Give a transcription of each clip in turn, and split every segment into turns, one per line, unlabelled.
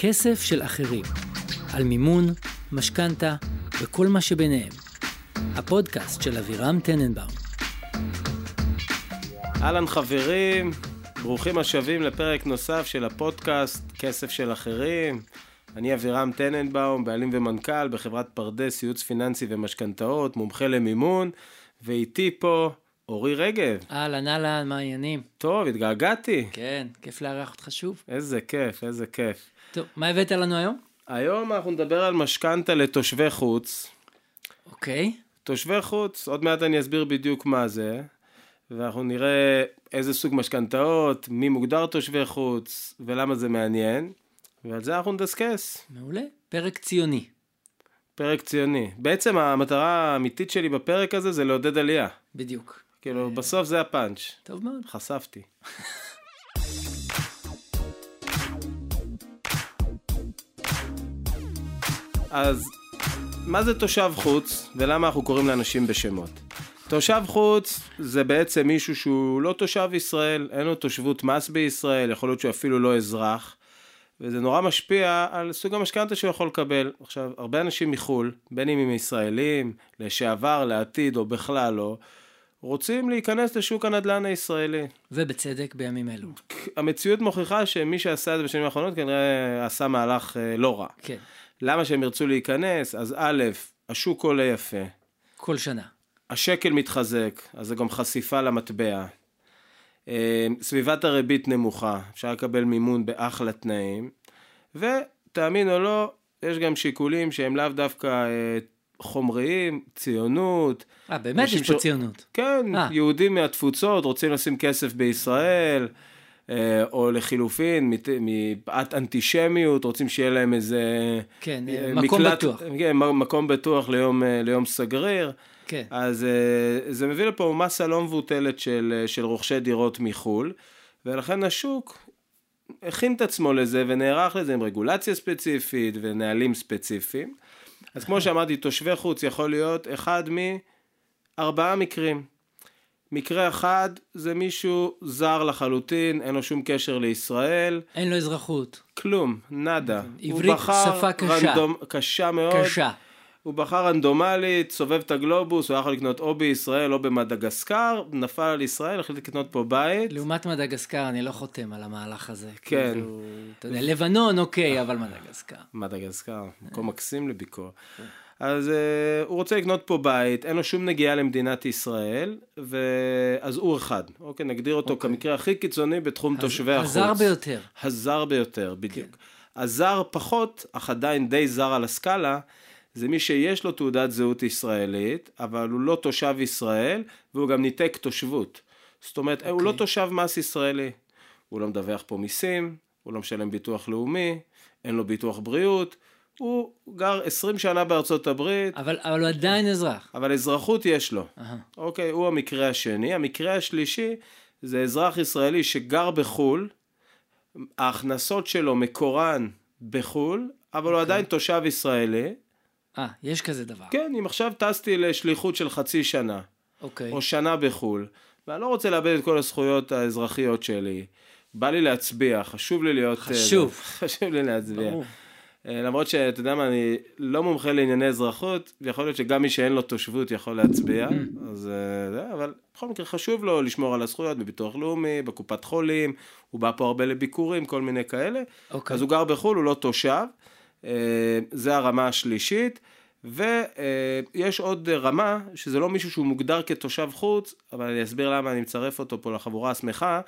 כסף של אחרים, על מימון, משכנתה וכל מה שביניהם. הפודקאסט של אבירם טננבאום.
אהלן חברים, ברוכים השבים לפרק נוסף של הפודקאסט כסף של אחרים. אני אבירם טננבאום, בעלים ומנכ"ל בחברת פרדס, ייעוץ פיננסי ומשכנתאות, מומחה למימון, ואיתי פה אורי רגב.
אהלן, אהלן, מה העניינים?
טוב, התגעגעתי.
כן, כיף לארח אותך שוב.
איזה כיף, איזה כיף.
טוב, מה הבאת לנו היום?
היום אנחנו נדבר על משכנתה לתושבי חוץ.
אוקיי.
תושבי חוץ, עוד מעט אני אסביר בדיוק מה זה, ואנחנו נראה איזה סוג משכנתאות, מי מוגדר תושבי חוץ, ולמה זה מעניין, ועל זה אנחנו נדסקס.
מעולה. פרק ציוני.
פרק ציוני. בעצם המטרה האמיתית שלי בפרק הזה זה לעודד עלייה.
בדיוק.
כאילו, בסוף זה הפאנץ'.
טוב מאוד.
חשפתי. אז מה זה תושב חוץ, ולמה אנחנו קוראים לאנשים בשמות? תושב חוץ זה בעצם מישהו שהוא לא תושב ישראל, אין לו תושבות מס בישראל, יכול להיות שהוא אפילו לא אזרח, וזה נורא משפיע על סוג המשכנתה שהוא יכול לקבל. עכשיו, הרבה אנשים מחו"ל, בין אם הם ישראלים, לשעבר, לעתיד או בכלל לא, רוצים להיכנס לשוק הנדל"ן הישראלי.
ובצדק בימים אלו.
המציאות מוכיחה שמי שעשה את זה בשנים האחרונות כנראה עשה מהלך אה, לא רע.
כן.
למה שהם ירצו להיכנס? אז א', השוק עולה יפה,
כל שנה.
השקל מתחזק, אז זה גם חשיפה למטבע. אה, סביבת הריבית נמוכה, אפשר לקבל מימון באחלה תנאים, ותאמין או לא, יש גם שיקולים שהם לאו דווקא אה, חומריים, ציונות.
אה, באמת
אנשים
יש פה
ש-
ציונות.
כן,
אה.
아. יהודים מהתפוצות רוצים לשים כסף בישראל, אה, או לחילופין, מת- מפאת אנטישמיות, רוצים שיהיה להם איזה...
כן,
אה,
מקום בטוח.
כן, מ- מקום בטוח ליום, אה, ליום סגריר.
כן.
אז אה, זה מביא לפה מסה לא מבוטלת של, אה, של רוכשי דירות מחו"ל, ולכן השוק הכין את עצמו לזה ונערך לזה עם רגולציה ספציפית ונהלים ספציפיים. אז כמו שאמרתי, תושבי חוץ יכול להיות אחד מארבעה מקרים. מקרה אחד זה מישהו זר לחלוטין, אין לו שום קשר לישראל,
אין לו אזרחות.
כלום, נאדה. הוא
עברית
בחר
שפה קשה.
קשה מאוד.
קשה.
הוא בחר רנדומלית, סובב את הגלובוס, הוא היה יכול לקנות או בישראל או במדגסקר, נפל על ישראל, החליט לקנות פה בית.
לעומת מדגסקר, אני לא חותם על המהלך הזה.
כן.
כאילו, אתה יודע, לבנון, אוקיי, אבל מדגסקר.
מדגסקר, מקום מקסים לביקור. אז uh, הוא רוצה לקנות פה בית, אין לו שום נגיעה למדינת ישראל, ו... אז הוא אחד. אוקיי, נגדיר אותו כמקרה הכי קיצוני בתחום תושבי החוץ.
הזר ביותר.
הזר ביותר, בדיוק. כן. הזר פחות, אך עדיין די זר על הסקאלה, זה מי שיש לו תעודת זהות ישראלית, אבל הוא לא תושב ישראל, והוא גם ניתק תושבות. זאת אומרת, okay. הוא לא תושב מס ישראלי. הוא לא מדווח פה מיסים, הוא לא משלם ביטוח לאומי, אין לו ביטוח בריאות, הוא גר 20 שנה בארצות הברית,
אבל, אבל הוא עדיין אזרח.
אבל אזרחות יש לו.
אהה.
אוקיי, הוא המקרה השני. המקרה השלישי זה אזרח ישראלי שגר בחו"ל, ההכנסות שלו מקורן בחו"ל, אבל הוא עדיין תושב ישראלי.
אה, יש כזה דבר.
כן, אם עכשיו טסתי לשליחות של חצי שנה,
אוקיי.
או שנה בחו"ל, ואני לא רוצה לאבד את כל הזכויות האזרחיות שלי, בא לי להצביע, חשוב לי להיות... אה,
חשוב.
חשוב לי להצביע.
ברור.
אה, למרות שאתה יודע מה, אני לא מומחה לענייני אזרחות, יכול להיות שגם מי שאין לו תושבות יכול להצביע,
Mm.
אז אה, זה, אבל בכל מקרה חשוב לו לשמור על הזכויות בביטוח לאומי, בקופת חולים, הוא בא פה הרבה לביקורים, כל מיני כאלה,
אוקיי.
אז הוא גר בחו"ל, הוא לא תושב, אה, זה הרמה השלישית, ויש עוד אה, רמה, שזה לא מישהו שהוא מוגדר כתושב חוץ, אבל אני אסביר למה אני מצרף אותו פה לחבורה השמחה,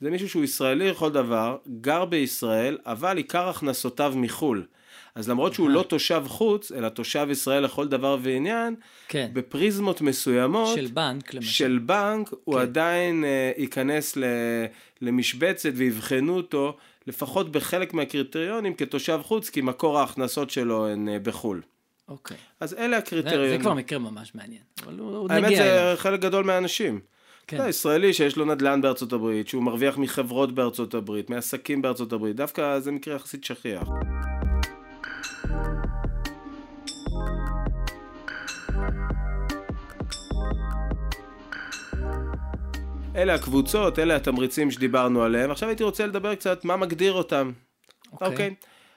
זה מישהו שהוא ישראלי לכל דבר, גר בישראל, אבל עיקר הכנסותיו מחו"ל. אז למרות שהוא לא תושב חוץ, אלא תושב ישראל לכל דבר ועניין,
כן.
בפריזמות מסוימות,
של בנק, למשל.
של בנק,
כן.
הוא עדיין אה, ייכנס ל, למשבצת ויבחנו אותו, לפחות בחלק מהקריטריונים, כתושב חוץ, כי מקור ההכנסות שלו הן אה, בחו"ל.
אוקיי. זה-
אז אלה
זה
הקריטריונים.
כבר מקרה ממש מעניין. אבל הוא- עוד
האמת
נגיע
זה
אליו.
חלק גדול מהאנשים.
כן.
אתה יודע, לא, ישראלי שיש לו נדל"ן בארצות הברית, שהוא מרוויח מחברות בארצות הברית, מעסקים בארצות הברית, דווקא זה מקרה יחסית שכיח. אלה הקבוצות, אלה התמריצים שדיברנו עליהם. עכשיו הייתי רוצה לדבר קצת מה מגדיר אותם.
אוקיי.
אוקיי.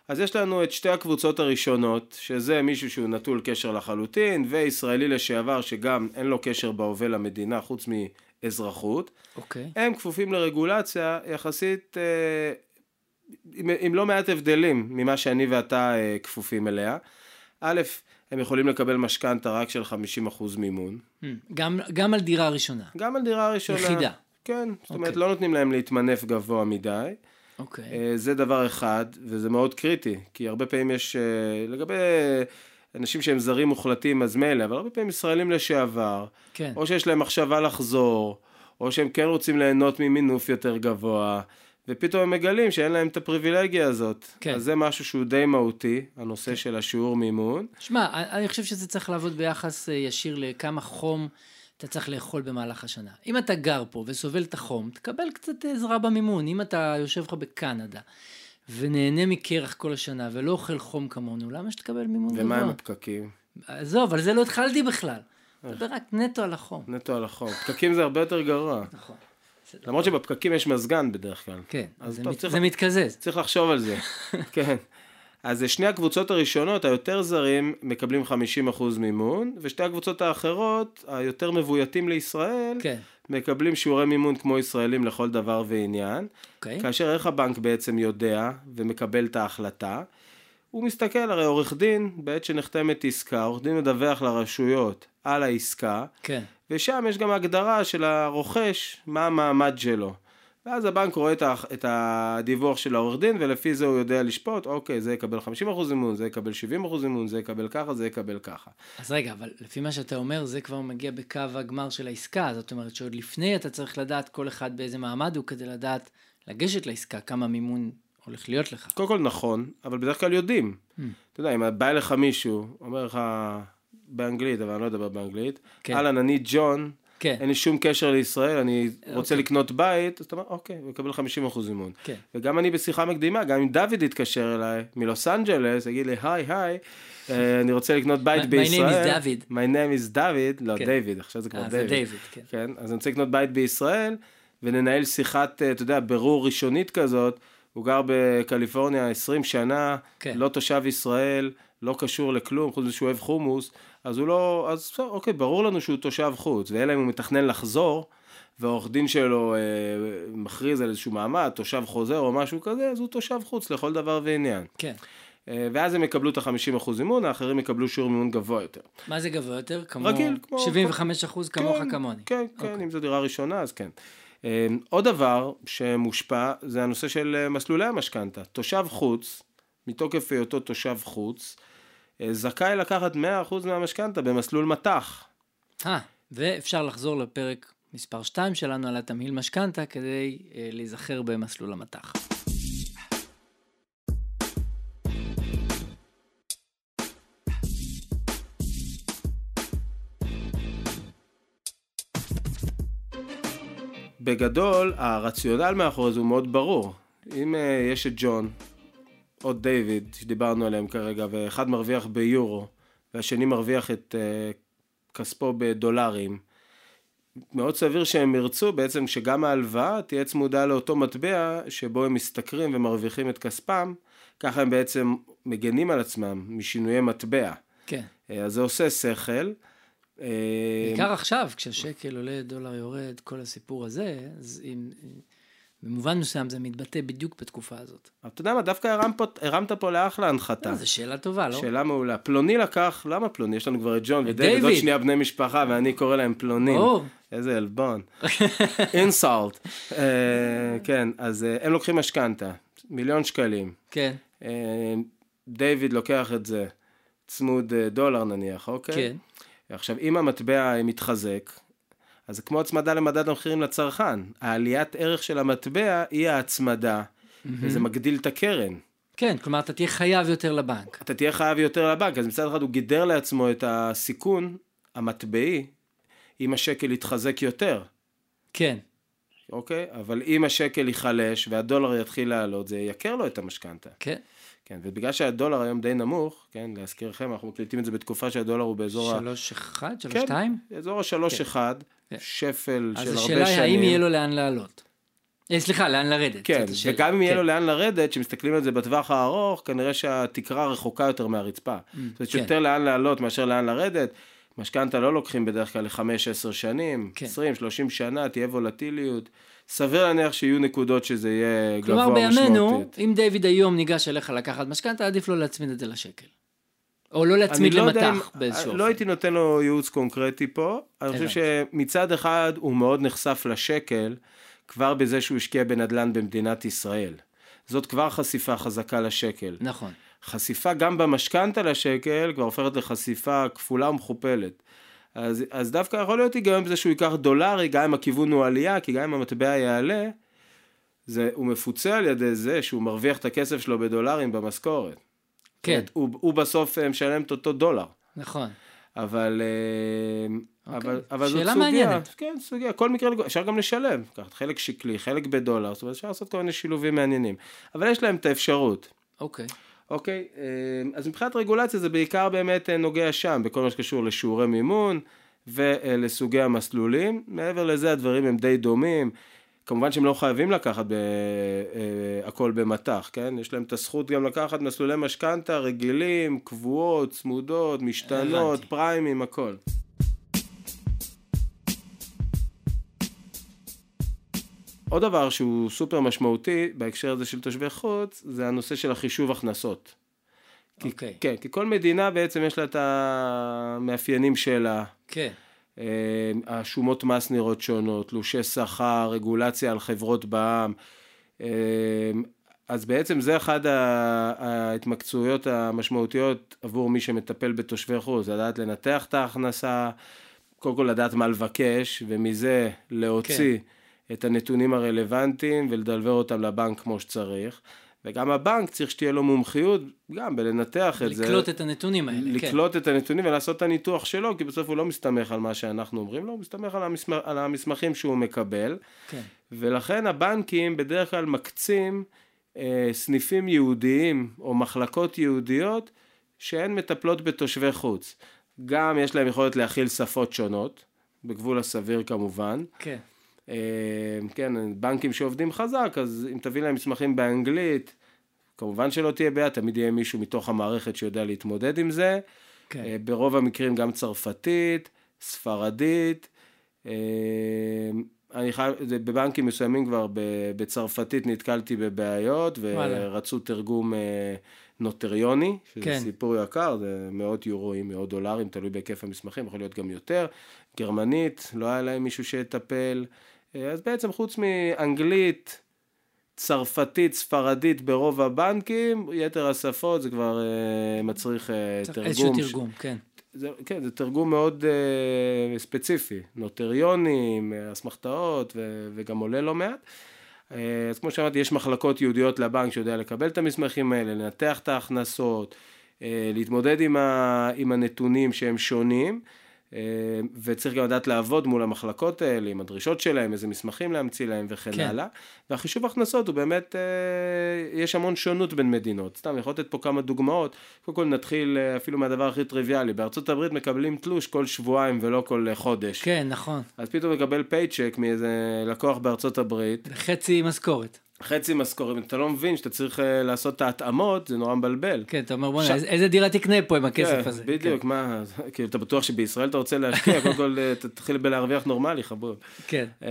אז יש לנו את שתי הקבוצות הראשונות, שזה מישהו שהוא נטול קשר לחלוטין, וישראלי לשעבר שגם אין לו קשר בהווה למדינה חוץ מאזרחות.
אוקיי.
הם כפופים לרגולציה יחסית אה, עם, עם לא מעט הבדלים ממה שאני ואתה אה, כפופים אליה. א', הם יכולים לקבל משכנתה רק של 50% מימון,
Hmm, גם, גם על דירה ראשונה.
גם על דירה ראשונה.
יחידה.
כן, זאת אומרת,
אוקיי.
לא נותנים להם להתמנף גבוה מדי.
אוקיי.
אה, זה דבר אחד, וזה מאוד קריטי, כי הרבה פעמים יש, אה, לגבי אנשים שהם זרים מוחלטים אז מילא, אבל הרבה פעמים ישראלים לשעבר,
כן.
או שיש להם מחשבה לחזור, או שהם כן רוצים ליהנות ממינוף יותר גבוה, ופתאום הם מגלים שאין להם את הפריבילגיה הזאת.
כן.
אז זה משהו שהוא די מהותי, הנושא של השיעור מימון.
שמע, אני- אני חושב שזה צריך לעבוד ביחס אה, ישיר לכמה חום אתה צריך לאכול במהלך השנה. אם אתה גר פה וסובל את החום, תקבל קצת עזרה במימון. אם אתה יושב לך בקנדה ונהנה מקרח כל השנה ולא אוכל חום כמונו, למה שתקבל מימון
ומה עם
גבוה?
הפקקים?
עזוב, על זה לא התחלתי בכלל. דבר רק נטו על החום.
נטו על החום. פקקים זה הרבה יותר גרוע.
נכון.
למרות שבפקקים יש מזגן בדרך כלל.
כן,
אז
זה
טוב,
מת-
צריך-
זה מתקזז.
צריך לחשוב על זה, כן. אז שני הקבוצות הראשונות, היותר זרים, מקבלים 50% מימון, ושתי הקבוצות האחרות, היותר מבויתים לישראל,
כן,
מקבלים שיעורי מימון כמו ישראלים לכל דבר ועניין.
אוקיי.
כאשר איך הבנק בעצם יודע ומקבל את ההחלטה? הוא מסתכל, הרי עורך דין, בעת שנחתמת עסקה, עורך דין מדווח לרשויות על העסקה,
כן.
ושם יש גם הגדרה של הרוכש, מה המעמד שלו. ואז הבנק רואה את ה- את הדיווח של העורך דין, ולפי זה הוא יודע לשפוט, אוקיי, זה יקבל 50% מימון, זה יקבל 70% מימון, זה יקבל ככה, זה יקבל ככה.
אז רגע, אבל לפי מה שאתה אומר, זה כבר מגיע בקו הגמר של העסקה. זאת אומרת שעוד לפני אתה צריך לדעת כל אחד באיזה מעמד הוא כדי לדעת לגשת לעסקה, כמה מימון הולך להיות לך.
קודם כל נכון, אבל בדרך כלל יודעים.
Mm.
אתה יודע, אם בא אליך מישהו, אומר לך באנגלית, אבל אני לא אדבר באנגלית,
כן.
אהלן, אני ג'ון,
כן,
אין לי שום קשר לישראל, אני רוצה
אוקיי.
לקנות בית, אז אתה אומר, אוקיי, הוא יקבל 50% מימון.
כן.
וגם אני בשיחה מקדימה, גם אם דוד יתקשר אליי מלוס אנג'לס, יגיד לי, היי, היי, אה, אני רוצה לקנות
My- my
בית
name
בישראל.
is David.
My name is David, לא,
כן.
דיוויד, עכשיו זה כבר
אה, זה
דיוויד.
דיוויד, כן.
כן, אז אני רוצה לקנות בית בישראל, וננהל שיחת, אה, אתה יודע, בירור ראשונית כזאת. הוא גר בקליפורניה 20 שנה,
כן.
לא תושב ישראל, לא קשור לכלום, חוץ מזה שהוא אוהב חומוס, אז הוא לא, אז בסדר, אוקיי, ברור לנו שהוא תושב חוץ, ואלא אם הוא מתכנן לחזור, והעורך דין שלו אה, מכריז על איזשהו מעמד, תושב חוזר או משהו כזה, אז הוא תושב חוץ לכל דבר ועניין.
כן.
אה, ואז הם יקבלו את ה-50% מימון, האחרים יקבלו שיעור מימון גבוה יותר.
מה זה גבוה יותר? כמו...
רגיל, כמו-
75 אחוז כמוך
כן,
כמוני. אוקיי.
כן, כן, אם זו דירה ראשונה, אז כן. אה, עוד דבר שמושפע, זה הנושא של אה, מסלולי המשכנתה. תושב חוץ, מתוקף היותו תושב חוץ, אה, זכאי לקחת 100% מהמשכנתה במסלול מט"ח.
אה, ואפשר לחזור לפרק מספר 2 שלנו על התמהיל משכנתה כדי אה, להיזכר במסלול המטח.
בגדול, הרציונל מאחורי זה הוא מאוד ברור. אם אה, יש את ג'ון, או דיוויד, שדיברנו עליהם כרגע, ואחד מרוויח ביורו, והשני מרוויח את אה, כספו בדולרים, מאוד סביר שהם ירצו בעצם שגם ההלוואה תהיה צמודה לאותו מטבע שבו הם משתכרים ומרוויחים את כספם, ככה הם בעצם מגנים על עצמם משינויי מטבע.
כן.
אה, אז זה עושה שכל. אה,
בעיקר עכשיו, כשהשקל עולה, דולר יורד, כל הסיפור הזה, אז אם... אה, במובן מסוים זה מתבטא בדיוק בתקופה הזאת.
אבל אתה יודע מה, דווקא הרמת פה, הרמת פה לאחלה הנחתה.
לא, זו שאלה טובה, לא?
אה, שאלה מעולה. פלוני לקח, למה פלוני? יש לנו כבר את ג'ון ודייוויד, עוד
דיוויד.
שנייה בני משפחה, ואני קורא להם פלונים.
ברור.
איזה עלבון. אינסולט. אה, כן, אז אה, הם לוקחים משכנתה, מיליון שקלים.
כן,
אה, דיוויד לוקח את זה, צמוד אה, דולר נניח, אוקיי?
כן.
עכשיו, אם המטבע אה, מתחזק, אז זה כמו הצמדה למדד המחירים לצרכן. העליית ערך של המטבע היא ההצמדה,
Mm-hmm.
וזה מגדיל את הקרן.
כן, כלומר, אתה תהיה חייב יותר לבנק.
אתה תהיה חייב יותר לבנק, אז מצד אחד הוא גידר לעצמו את הסיכון המטבעי אם השקל יתחזק יותר,
כן,
אוקיי? אבל אם השקל ייחלש והדולר יתחיל לעלות, זה ייקר לו את המשכנתה.
כן.
כן, ובגלל שהדולר היום די נמוך, כן, להזכירכם, אנחנו מקליטים את זה בתקופה שהדולר הוא באזור ה...
שלוש אחד, שלוש
כן.
שתיים?
באזור השלוש אחד,
כן.
שפל של הרבה
אז
שנים.
השאלה היא האם יהיה לו לאן לעלות. אה, סליחה, לאן לרדת?
כן,
זאת השאלה.
וגם אם יהיה
כן.
לו לאן לרדת, כשמסתכלים על זה בטווח הארוך, כנראה שהתקרה רחוקה יותר מהרצפה. זאת אומרת,
כן.
שיותר לאן לעלות מאשר לאן לרדת. משכנתה לא לוקחים בדרך כלל ל-5-10 שנים,
כן.
20-30 שנה, תהיה וולטיליות. סביר להניח שיהיו נקודות שזה יהיה גבוה
כלומר,
משמעותית.
בימינו, אם דיוויד היום ניגש אליך לקחת משכנתה, עדיף לו להצמיד את זה לשקל. או לא להצמיד
אני לא יודע
למטח
אם-
באיזשהו
לא
אופן.
הייתי נותן לו ייעוץ קונקרטי פה. אני חושב שמצד אחד הוא מאוד נחשף לשקל, כבר בזה שהוא השקיע בנדל"ן במדינת ישראל. זאת כבר חשיפה חזקה לשקל.
נכון.
חשיפה גם במשכנתה לשקל כבר הופכת לחשיפה כפולה ומכופלת. אז, אז דווקא יכול להיות היגיון בזה שהוא ייקח דולרי, גם אם הכיוון הוא עלייה, כי גם אם המטבע יעלה, זה, הוא מפוצה על ידי זה שהוא מרוויח את הכסף שלו בדולרים במשכורת.
כן,
הוא, הוא בסוף אה, משלם את אותו דולר.
נכון.
אבל, אה, אבל, אבל זאת
אוקיי. שאלה
סוגיה,
מעניינת.
כן, סוגיה, כל מקרה, לגופו. אפשר גם לשלם, לקחת חלק שקלי, חלק בדולר, זאת אומרת אפשר לעשות כל מיני שילובים מעניינים, אבל יש להם את האפשרות.
אוקיי.
אוקיי, אה, אז מבחינת רגולציה זה בעיקר באמת אה, נוגע שם, בכל מה שקשור לשיעורי מימון ולסוגי המסלולים. מעבר לזה הדברים הם די דומים. כמובן שהם לא חייבים לקחת ב... אה, הכל במטח, כן? יש להם את הזכות גם לקחת מסלולי משכנתה רגילים, קבועות, צמודות, משתנות,
הבנתי.
פריימים, הכל. עוד דבר שהוא סופר משמעותי בהקשר הזה של תושבי חוץ, זה הנושא של החישוב הכנסות. כי-
אוקיי.
כן, כי כל מדינה בעצם יש לה את המאפיינים שלה.
כן.
אה, השומות מס נראות שונות, תלושי שכר, רגולציה על חברות בע"מ. אה, אז בעצם זה אחד ה- ההתמקצעויות המשמעותיות עבור מי שמטפל בתושבי חוץ, לדעת לנתח את ההכנסה, קודם כל לדעת מה לבקש, ומזה להוציא כן. את הנתונים הרלוונטיים ולדלבר אותם לבנק כמו שצריך. וגם הבנק צריך שתהיה לו מומחיות גם בלנתח את זה.
לקלוט את הנתונים האלה. כן.
לקלוט את הנתונים ולעשות את הניתוח שלו, כי בסוף הוא לא מסתמך על מה שאנחנו אומרים לו, הוא מסתמך על, המסמך, על המסמכים שהוא מקבל,
כן.
ולכן הבנקים בדרך כלל מקצים אה, סניפים יהודיים או מחלקות יהודיות שהן מטפלות בתושבי חוץ. גם יש להם יכולת להכיל שפות שונות, בגבול הסביר כמובן.
כן.
אה, כן, בנקים שעובדים חזק, אז אם תביא להם מסמכים באנגלית, כמובן שלא תהיה בעיה, תמיד יהיה מישהו מתוך המערכת שיודע להתמודד עם זה.
כן.
אה, ברוב המקרים גם צרפתית, ספרדית. אה, אני חייב, זה בבנקים מסוימים כבר ב- בצרפתית נתקלתי בבעיות,
וואלה.
ורצו תרגום אה, נוטריוני, שזה
כן.
סיפור יקר, זה מאות יורואים, מאות דולרים, תלוי בהיקף המסמכים, יכול להיות גם יותר. גרמנית, לא היה להם מישהו שיטפל. אה, אז בעצם חוץ מאנגלית, צרפתית, ספרדית ברוב הבנקים, יתר השפות זה כבר אה, מצריך אה,
צריך
תרגום.
איזשהו
ש-
תרגום, כן.
זה, כן, זה תרגום מאוד אה, ספציפי, נוטריונים, אה, אסמכתאות, ו, וגם עולה לא מעט. אה, אז כמו שאמרתי, יש מחלקות יהודיות לבנק שיודע לקבל את המסמכים האלה, לנתח את ההכנסות, אה, להתמודד עם, ה, עם הנתונים שהם שונים, אה, וצריך גם לדעת לעבוד מול המחלקות האלה, עם הדרישות שלהם, איזה מסמכים להמציא להם וכן
כן.
כן. הלאה. והחישוב הכנסות הוא באמת, אה, יש המון שונות בין מדינות. סתם, אני יכול לתת פה כמה דוגמאות. קודם כל נתחיל אה, אפילו מהדבר הכי טריוויאלי. בארצות הברית מקבלים תלוש כל שבועיים ולא כל אה, חודש.
כן, נכון.
אז פתאום נקבל פייצ'ק מאיזה לקוח בארצות הברית,
חצי משכורת.
חצי משכורת, אם אתה לא מבין שאתה צריך אה, לעשות את ההתאמות, זה נורא מבלבל.
כן, אתה אומר, בוא'נה,
ש-
איזה- איזה דירה תקנה פה עם הכסף הזה?
כן, בדיוק, מה, כאילו, אתה בטוח שבישראל אתה רוצה להשקיע, קודם כל אה, תתחיל בלהרוויח נורמלי, חבוב.
כן. כן.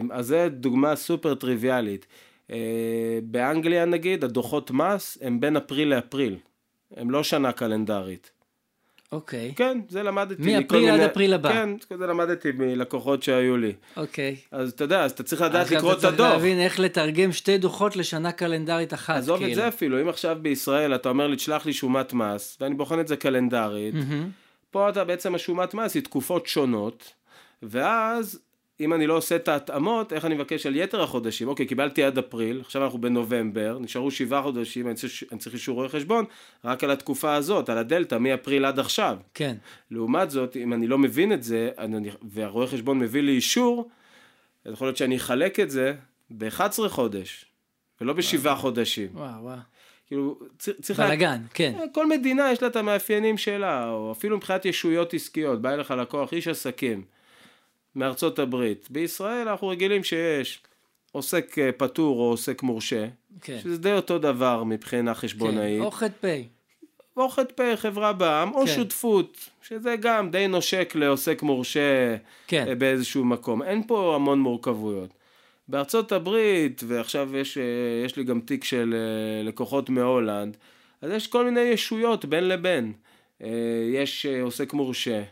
אמ, אז זו דוגמה סופר טריוויאלית. אה, באנגליה נגיד, הדוחות מס הם בין אפריל לאפריל. הם לא שנה קלנדרית.
אוקיי.
כן, זה למדתי.
מאפריל
מכל מיני-
עד אפריל הבא.
כן, זה למדתי מלקוחות שהיו לי.
אוקיי.
אז אתה יודע, אז אתה צריך לדעת
אז גם
לקרוא את
אתה צריך
הדוח.
להבין איך לתרגם שתי דוחות לשנה קלנדרית אחת.
עזוב את
כאילו.
זה אפילו, אם עכשיו בישראל אתה אומר לי, תשלח לי שומת מס, ואני בוחן את זה קלנדרית,
מהמם.
פה אתה בעצם השומת מס היא תקופות שונות, ואז אם אני לא עושה את ההתאמות, איך אני מבקש על יתר החודשים? אוקיי, קיבלתי עד אפריל, עכשיו אנחנו בנובמבר, נשארו שבעה חודשים, אני צריך, אני צריך אישור רואה חשבון, רק על התקופה הזאת, על הדלתא, מאפריל עד עכשיו.
כן.
לעומת זאת, אם אני לא מבין את זה, אני, והרואה חשבון מביא לי אישור, אז יכול להיות שאני אחלק את זה ב-11 חודש, ולא בשבעה חודשים.
וואו, וואו.
כאילו, צריך... צריך לה-
בלאגן, כן.
אה, כל מדינה יש לה את המאפיינים שלה, או אפילו מבחינת ישויות עסקיות, בא אליך לקוח, איש עסקים מארצות הברית. בישראל אנחנו רגילים שיש עוסק אה, פטור או עוסק מורשה,
כן.
שזה די אותו דבר מבחינה
כן.
חשבונאית.
או חטא פ'.
או ח"פ חברה בע"מ, או
כן.
שותפות, שזה גם די נושק לעוסק מורשה
כן.
אה, באיזשהו מקום. אין פה המון מורכבויות. בארצות הברית, ועכשיו יש, אה, יש לי גם תיק של אה, לקוחות מהולנד, אז יש כל מיני ישויות בין לבין. אה, יש אה, עוסק מורשה,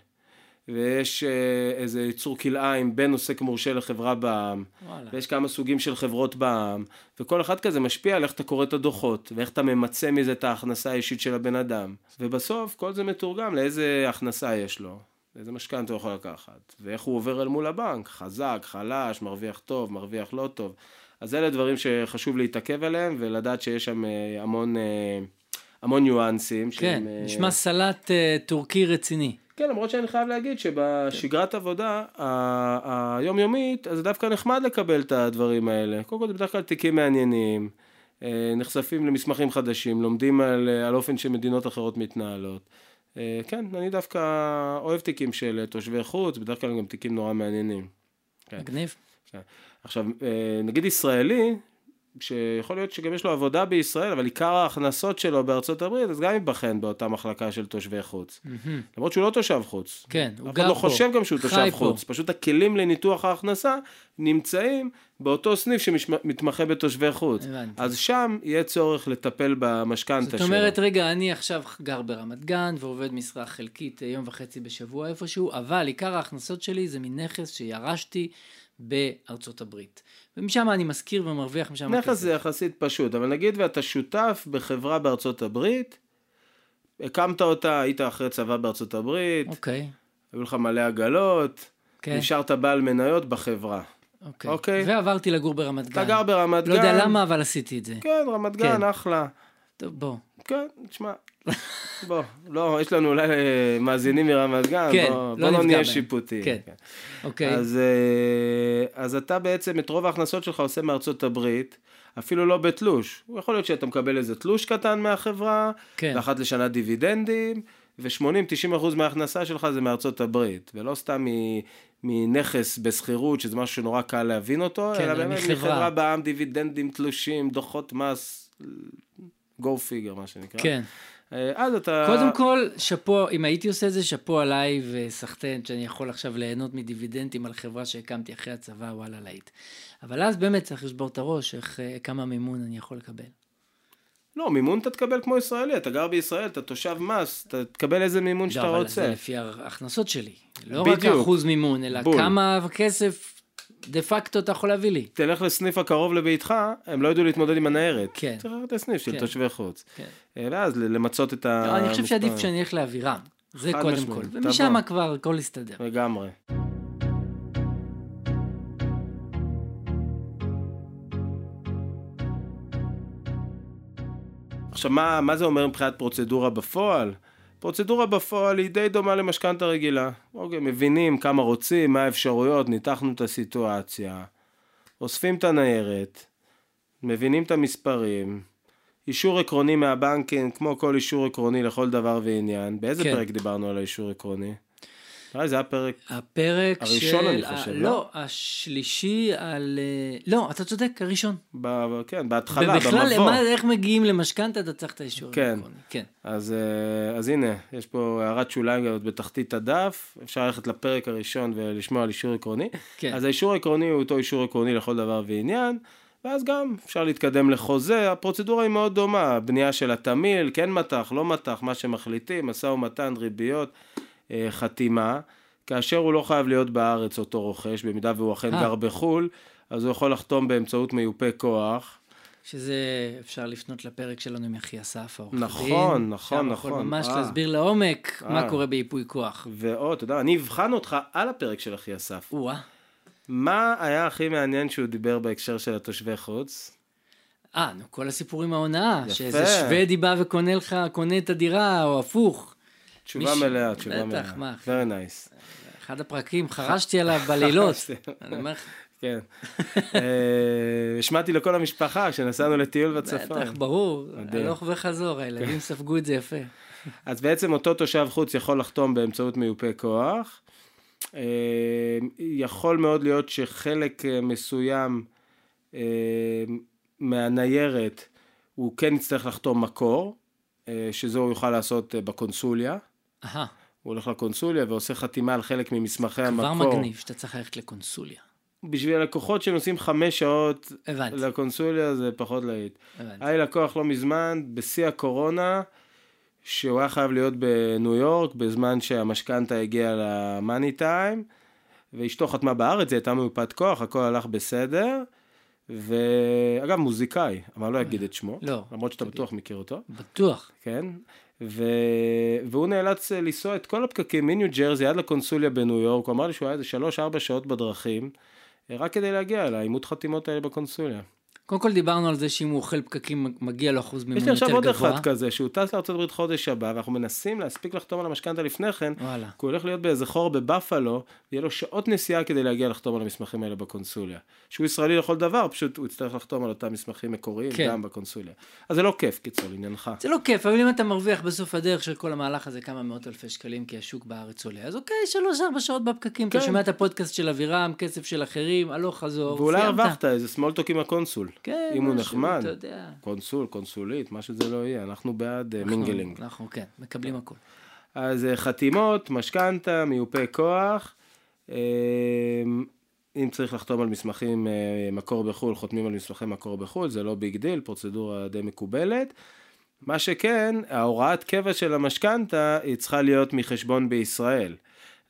ויש אה, איזה ייצור כלאיים בין עוסק מורשה לחברה בע"מ,
וואלה.
ויש כמה סוגים של חברות בע"מ, וכל אחד כזה משפיע על איך אתה קורא את הדוחות, ואיך אתה ממצה מזה את ההכנסה האישית של הבן אדם. ובסוף כל זה מתורגם לאיזה הכנסה יש לו, איזה משכנתה הוא יכול לקחת, ואיך הוא עובר אל מול הבנק, חזק, חלש, מרוויח טוב, מרוויח לא טוב. אז אלה דברים שחשוב להתעכב עליהם, ולדעת שיש שם אה, המון, אה, המון ניואנסים.
כן,
שהם, אה,
נשמע סלט אה, טורקי רציני.
כן, למרות שאני חייב להגיד שבשגרת עבודה ה- היומיומית, אז זה דווקא נחמד לקבל את הדברים האלה. קודם כל זה בדרך כלל תיקים מעניינים, אה, נחשפים למסמכים חדשים, לומדים על, אה, על אופן שמדינות אחרות מתנהלות. אה, כן, אני דווקא אוהב תיקים של אה, תושבי חוץ, בדרך כלל גם תיקים נורא מעניינים. כן.
מגניב.
כן. עכשיו, אה, נגיד ישראלי, שיכול להיות שגם יש לו עבודה בישראל, אבל עיקר ההכנסות שלו בארצות הברית, אז גם ייבחן באותה מחלקה של תושבי חוץ.
מהמם.
למרות שהוא לא תושב חוץ.
כן, הוא
אף
גר
אחד לא
פה,
חושב גם שהוא
חי פה.
תושב חוץ, פשוט הכלים לניתוח ההכנסה נמצאים באותו סניף שמתמחה בתושבי חוץ.
הבנתי.
אז שם יהיה צורך לטפל במשכנתה
זאת
שלו.
אומרת, רגע, אני עכשיו גר ברמת גן ועובד משרה חלקית אה, יום וחצי בשבוע איפשהו, אבל עיקר ההכנסות שלי זה מנכס שירשתי בארצות הברית. ומשם אני משכיר ומרוויח משם
נכס זה יחסית פשוט, אבל נגיד ואתה שותף בחברה בארצות הברית, הקמת אותה, היית אחרי צבא בארצות הברית,
אוקיי,
היו לך מלא עגלות,
כן,
נשארת בעל מניות בחברה.
אוקיי.
אוקיי.
ועברתי לגור ברמת
אתה
גן.
גר ברמת גן.
לא יודע למה, אבל עשיתי את זה.
כן, רמת גן,
כן.
אחלה.
טוב, בוא.
כן, תשמע, בוא, לא, יש לנו אולי אה, מאזינים מרמת גן,
כן,
בוא
לא
בוא
נפגע
לא נהיה
בהם.
שיפוטי.
כן, אוקיי.
אז, אה, אז אתה בעצם את רוב ההכנסות שלך עושה מארצות הברית, אפילו לא בתלוש. יכול להיות שאתה מקבל איזה תלוש קטן מהחברה,
כן.
ואחת לשנה דיבידנדים, ו-80-90% מההכנסה שלך זה מארצות הברית, ולא סתם מ- מנכס בשכירות, שזה משהו שנורא קל להבין אותו,
כן,
אלא
אלא
באמת
מחברה.
מחברה בעם, דיבידנדים, תלושים, דוחות מס, mm, go figure מה שנקרא.
כן.
אה, אז אתה...
קודם כל, שאפו, אם הייתי עושה את זה, שאפו עליי וסחטיין, שאני יכול עכשיו ליהנות מדיבידנדים על חברה שהקמתי אחרי הצבא, וואלה להיט. אבל אז באמת צריך לשבור את הראש, איך, אה, כמה מימון אני יכול לקבל.
לא, מימון אתה תקבל כמו ישראלי, אתה גר בישראל, אתה תושב מס, אתה תקבל איזה מימון שאתה
לא, אבל
רוצה.
זה לפי ההכנסות שלי. לא רק
בדיוק.
אחוז מימון, אלא
בול.
כמה כסף דה פקטו אתה יכול להביא לי.
תלך לסניף הקרוב לביתך, הם לא ידעו להתמודד עם הניירת.
כן.
צריך ללכת לסניף של
כן.
תושבי חוץ.
כן.
אה, ואז ל- למצות את
לא,
ה...
אני חושב
מספר.
שעדיף שאני אלך לאווירם. זה
אה, חד
קודם כל.
משמעית, אה,
ומשם
תבוא.
כבר הכל יסתדר.
לגמרי. עכשיו, מה, מה זה אומר מבחינת פרוצדורה בפועל? פרוצדורה בפועל היא די דומה למשכנתה רגילה. אוקיי, מבינים כמה רוצים, מה האפשרויות, ניתחנו את הסיטואציה, אוספים את הניירת, מבינים את המספרים, אישור עקרוני מהבנקים, כמו כל אישור עקרוני לכל דבר ועניין. באיזה
כן.
כן. פרק דיברנו על האישור עקרוני? נראה לי זה היה פרק
הפרק של...
הראשון, אני
ה-
חושב,
לא, השלישי על... אה, לא, אתה צודק, הראשון.
ב... כן, בהתחלה,
ובכלל,
במבוא.
מה- איך מגיעים למשכנתה, אתה צריך את האישור.
כן.
האלקטרוני. כן.
אז, אה, אז הנה, יש פה הערת שוליים גם בתחתית הדף, אפשר ללכת לפרק הראשון ולשמוע על אישור עקרוני.
כן.
אז האישור העקרוני הוא אותו אישור עקרוני לכל דבר ועניין, ואז גם אפשר להתקדם לחוזה, הפרוצדורה היא מאוד דומה, בנייה של התמהיל, כן מטח, לא מטח, מה שמחליטים, משא ומתן, ריביות, אה, חתימה, כאשר הוא לא חייב להיות בארץ אותו רוכש, במידה והוא אכן
אה.
גר בחו"ל, אז הוא יכול לחתום באמצעות מיופה כוח.
שזה אפשר לפנות לפרק שלנו עם יחי אסף, העורך דין.
נכון,
שם
נכון,
הוא יכול
נכון.
ממש
אה.
להסביר לעומק
אה.
מה קורה בייפוי כוח.
ועוד, אתה יודע, אני אבחן אותך על הפרק של אחי אסף.
או-אה.
מה היה הכי מעניין שהוא דיבר בהקשר של התושבי חוץ?
אה, נו, כל הסיפור עם ההונאה.
יפה.
שאיזה שוודי בא וקונה לך, קונה את הדירה, או הפוך.
תשובה
מישהו-
מלאה, תשובה
בטח,
מלאה.
מה, אחי?
Very nice.
אחד הפרקים, חרשתי עליו בלילות.
חרשתי.
אני אומר לך,
כן. אה, השמעתי לכל המשפחה כשנסענו לטיול בצפון.
בטח, ברור.
מדהים.
הלוך וחזור, הילדים ספגו את זה יפה.
אז בעצם אותו תושב חוץ יכול לחתום באמצעות מיופה כוח. אה, יכול מאוד להיות שחלק אה, מסוים אה, מהניירת הוא כן יצטרך לחתום מקור, אה, שזה הוא יוכל לעשות אה, בקונסוליה.
אהה,
הוא הולך לקונסוליה ועושה חתימה על חלק ממסמכי
כבר
המקור.
מגניב שאתה צריך ללכת לקונסוליה.
בשביל לקוחות שנוסעים חמש שעות
הבנתי,
לא. לקונסוליה זה פחות להיט.
הבנתי.
היה לי לקוח לא מזמן, בשיא הקורונה, שהוא היה חייב להיות בניו יורק, בזמן שהמשכנתה הגיעה למאני טיים, ואשתו חתמה בארץ, היא הייתה מיופת כוח, הכל הלך בסדר. ואגב, מוזיקאי, אבל לא אגיד את שמו,
לא,
למרות שאתה
תגיד.
בטוח מכיר אותו,
בטוח.
כן? ו... והוא נאלץ אה, לנסוע את כל הפקקים מניו ג'רזי עד לקונסוליה בניו יורק, הוא אמר לי שהוא היה איזה שלוש-ארבע שעות בדרכים, אה, רק כדי להגיע אל העימות חתימות האלה בקונסוליה.
קודם כל דיברנו על זה שאם הוא אוכל פקקים מגיע לו אחוז מימון
יש
יותר
לי
גבוה.
עכשיו עוד אחד כזה, שהוא טס לארה"ב חודש הבא, ואנחנו מנסים להספיק לחתום על המשכנתה לפני כן, כי
וואלה.
הוא הולך להיות באיזה חור בבפלו, ויהיה לו שעות נסיעה כדי להגיע לחתום על המסמכים האלה בקונסוליה. שהוא ישראלי לכל דבר, פשוט הוא יצטרך לחתום על אותם מסמכים מקוריים
כן.
גם בקונסוליה. אז זה לא כיף, קיצור, לעניינך.
זה לא כיף, אבל אם אתה מרוויח בסוף הדרך של כל המהלך הזה כמה מאות אלפי שקלים כי השוק בארץ עולה, אז אוקיי, שלוש ארבע שעות בפקקים, אתה
כן.
שומע את הפודקאסט של אבירם, כסף של אחרים, הלוך חזור,
ואולי
סיימת.
הרווחת איזה סמולטוק עם הקונסול.
כן,
אם הוא
משהו,
נחמד.
אתה יודע.
קונסול, קונסולית, מה שזה לא יהיה, אנחנו בעד אה,
אנחנו-
מינגלינג.
אנחנו כן, מקבלים הכל.
אז אה, חתימות, משכנתה, מיופי כוח. אה, אם צריך לחתום על מסמכים אה, מקור בחו"ל, חותמים על מסמכי מקור בחו"ל, זה לא ביג דיל, פרוצדורה די מקובלת. מה שכן, ההוראת קבע של המשכנתה היא צריכה להיות מחשבון בישראל.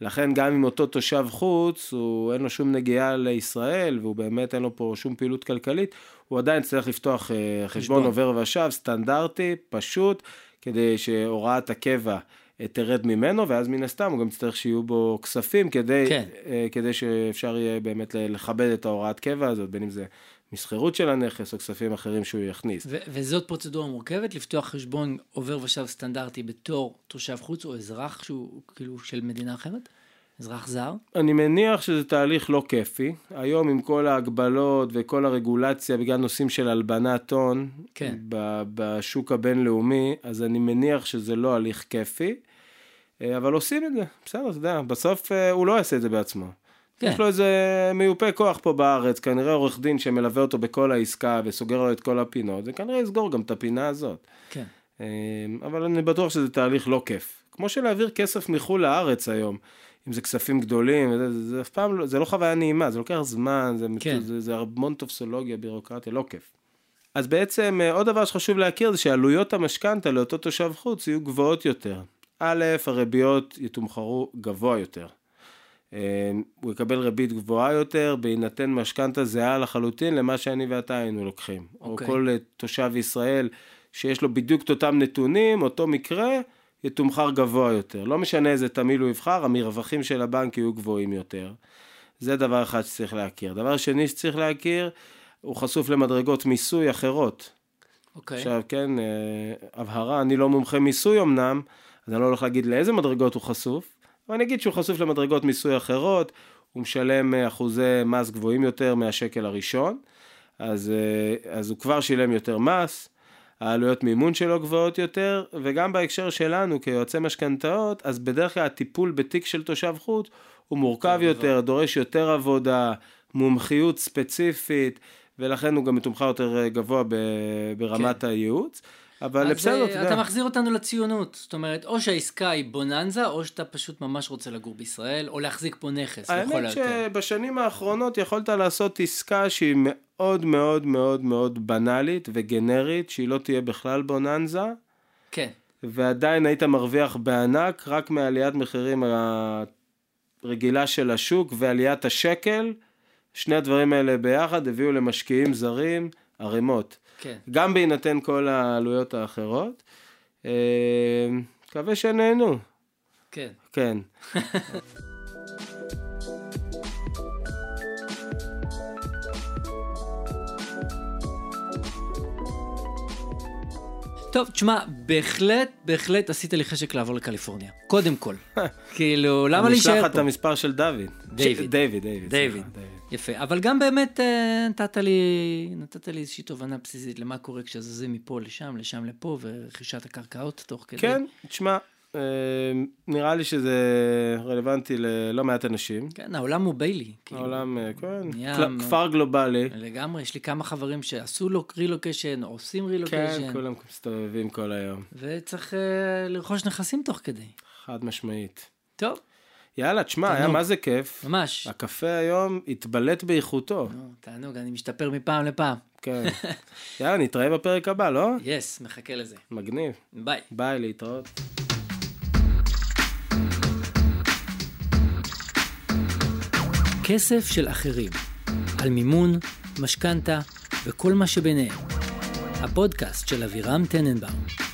לכן גם אם אותו תושב חוץ, הוא אין לו שום נגיעה לישראל, והוא באמת אין לו פה שום פעילות כלכלית, הוא עדיין צריך לפתוח אה,
חשבון.
חשבון עובר ושב, סטנדרטי, פשוט, כדי שהוראת הקבע אה, תרד ממנו, ואז מן הסתם הוא גם צריך שיהיו בו כספים, כדי,
כן.
אה, כדי שאפשר יהיה באמת ל- לכבד את ההוראת קבע הזאת, בין אם זה מסחרות של הנכס או כספים אחרים שהוא יכניס.
ו- וזאת פרוצדורה מורכבת, לפתוח חשבון עובר ושב סטנדרטי בתור תושב חוץ או אזרח שהוא כאילו של מדינה אחרת? אזרח זר?
אני מניח שזה תהליך לא כיפי. היום עם כל ההגבלות וכל הרגולציה בגלל נושאים של הלבנת הון
כן.
ב- בשוק הבינלאומי, אז אני מניח שזה לא הליך כיפי. אה, אבל עושים את זה, בסדר, אתה יודע, בסוף אה, הוא לא יעשה את זה בעצמו.
כן.
יש לו איזה מיופה כוח פה בארץ, כנראה עורך דין שמלווה אותו בכל העסקה וסוגר לו את כל הפינות, זה כנראה יסגור גם את הפינה הזאת.
כן.
אמ, אבל אני בטוח שזה תהליך לא כיף. כמו שלהעביר כסף מחו"ל לארץ היום, אם זה כספים גדולים, וזה- זה, זה אף פעם לא, זה לא חוויה נעימה, זה לוקח זמן, זה,
כן.
כן. זה, זה המון טופסולוגיה, בירוקרטיה, לא כיף. אז בעצם אה, עוד דבר שחשוב להכיר זה שעלויות המשכנתה לאותו תושב חוץ יהיו גבוהות יותר. א', הריביות יתומחרו גבוה יותר. אה, הוא יקבל ריבית גבוהה יותר, בהינתן משכנתה זהה לחלוטין למה שאני ואתה היינו לוקחים. או
אוקיי.
כל אה, תושב ישראל שיש לו בדיוק את אותם נתונים, אותו מקרה, יתומחר גבוה יותר. לא משנה איזה תמיל הוא יבחר, המרווחים של הבנק יהיו גבוהים יותר. זה דבר אחד שצריך להכיר. דבר שני שצריך להכיר, הוא חשוף למדרגות מיסוי אחרות.
אוקיי.
עכשיו, כן, אה, הבהרה, אני לא מומחה מיסוי אמנם, אז אני לא הולך להגיד לאיזה מדרגות הוא חשוף, אבל אני אגיד שהוא חשוף למדרגות מיסוי אחרות, הוא משלם אה, אחוזי מס גבוהים יותר מהשקל הראשון, אז, אה, אז הוא כבר שילם יותר מס, העלויות מימון שלו גבוהות יותר, וגם בהקשר שלנו כיועצי משכנתאות, אז בדרך כלל הטיפול בתיק של תושב חוץ הוא מורכב יותר, דורש יותר עבודה, מומחיות ספציפית, ולכן הוא גם מתומחר יותר אה, גבוה ב- ברמת הייעוץ. אבל
כן. אז,
בסדר,
אה,
אתה
אתה
יודע,
מחזיר אותנו לציונות. זאת אומרת, או שהעסקה היא בוננזה, או שאתה פשוט ממש רוצה לגור בישראל, או להחזיק פה נכס, לכל
האמת
היותר.
שבשנים האחרונות יכולת לעשות עסקה שהיא מאוד מאוד מאוד מאוד בנאלית וגנרית, שהיא לא תהיה בכלל בוננזה,
כן.
ועדיין היית מרוויח בענק רק מעליית מחירים הרגילה של השוק ועליית השקל. שני הדברים האלה ביחד הביאו למשקיעים זרים ערימות,
כן.
גם בהינתן כל העלויות האחרות. אה, מקווה שנהנו,
כן.
כן.
טוב, תשמע, בהחלט, בהחלט עשית לי חשק לעבור לקליפורניה. קודם כל. כאילו, למה
אני אשלח
להישאר
לך את
פה?
המספר של דוד.
דיוויד.
ש- דיוויד,
דיוויד.
דיוויד. סליחה, דיוויד.
יפה. אבל גם באמת אה, נתת לי, נתת לי איזושהי תובנה בסיסית למה קורה כשזזים מפה לשם, לשם לפה, ורכישת הקרקעות תוך כדי.
כן, תשמע, אה, נראה לי שזה רלוונטי ללא מעט אנשים.
כן, לא העולם הוא ביילי. כאילו.
העולם, אה, כן,
נהיה
כל-
מאוד-
כפר גלובלי.
לגמרי, יש לי כמה חברים שעשו לו רילוקיישן, או עושים
כן,
רילוקיישן,
כולם מסתובבים כל היום,
וצריך אה, לרכוש נכסים תוך כדי.
חד משמעית.
טוב,
יאללה, תשמע, היה
תענוג.
מה זה כיף.
ממש.
הקפה היום התבלט באיכותו.
נו, תענוג, אני משתפר מפעם לפעם.
כן. יאללה, נתראה בפרק הבא, לא?
יס, מחכה לזה.
מגניב.
ביי.
ביי, להתראות.
כסף של אחרים, על מימון, משכנתה וכל מה שביניהם. הפודקאסט של אבירם טננבאום.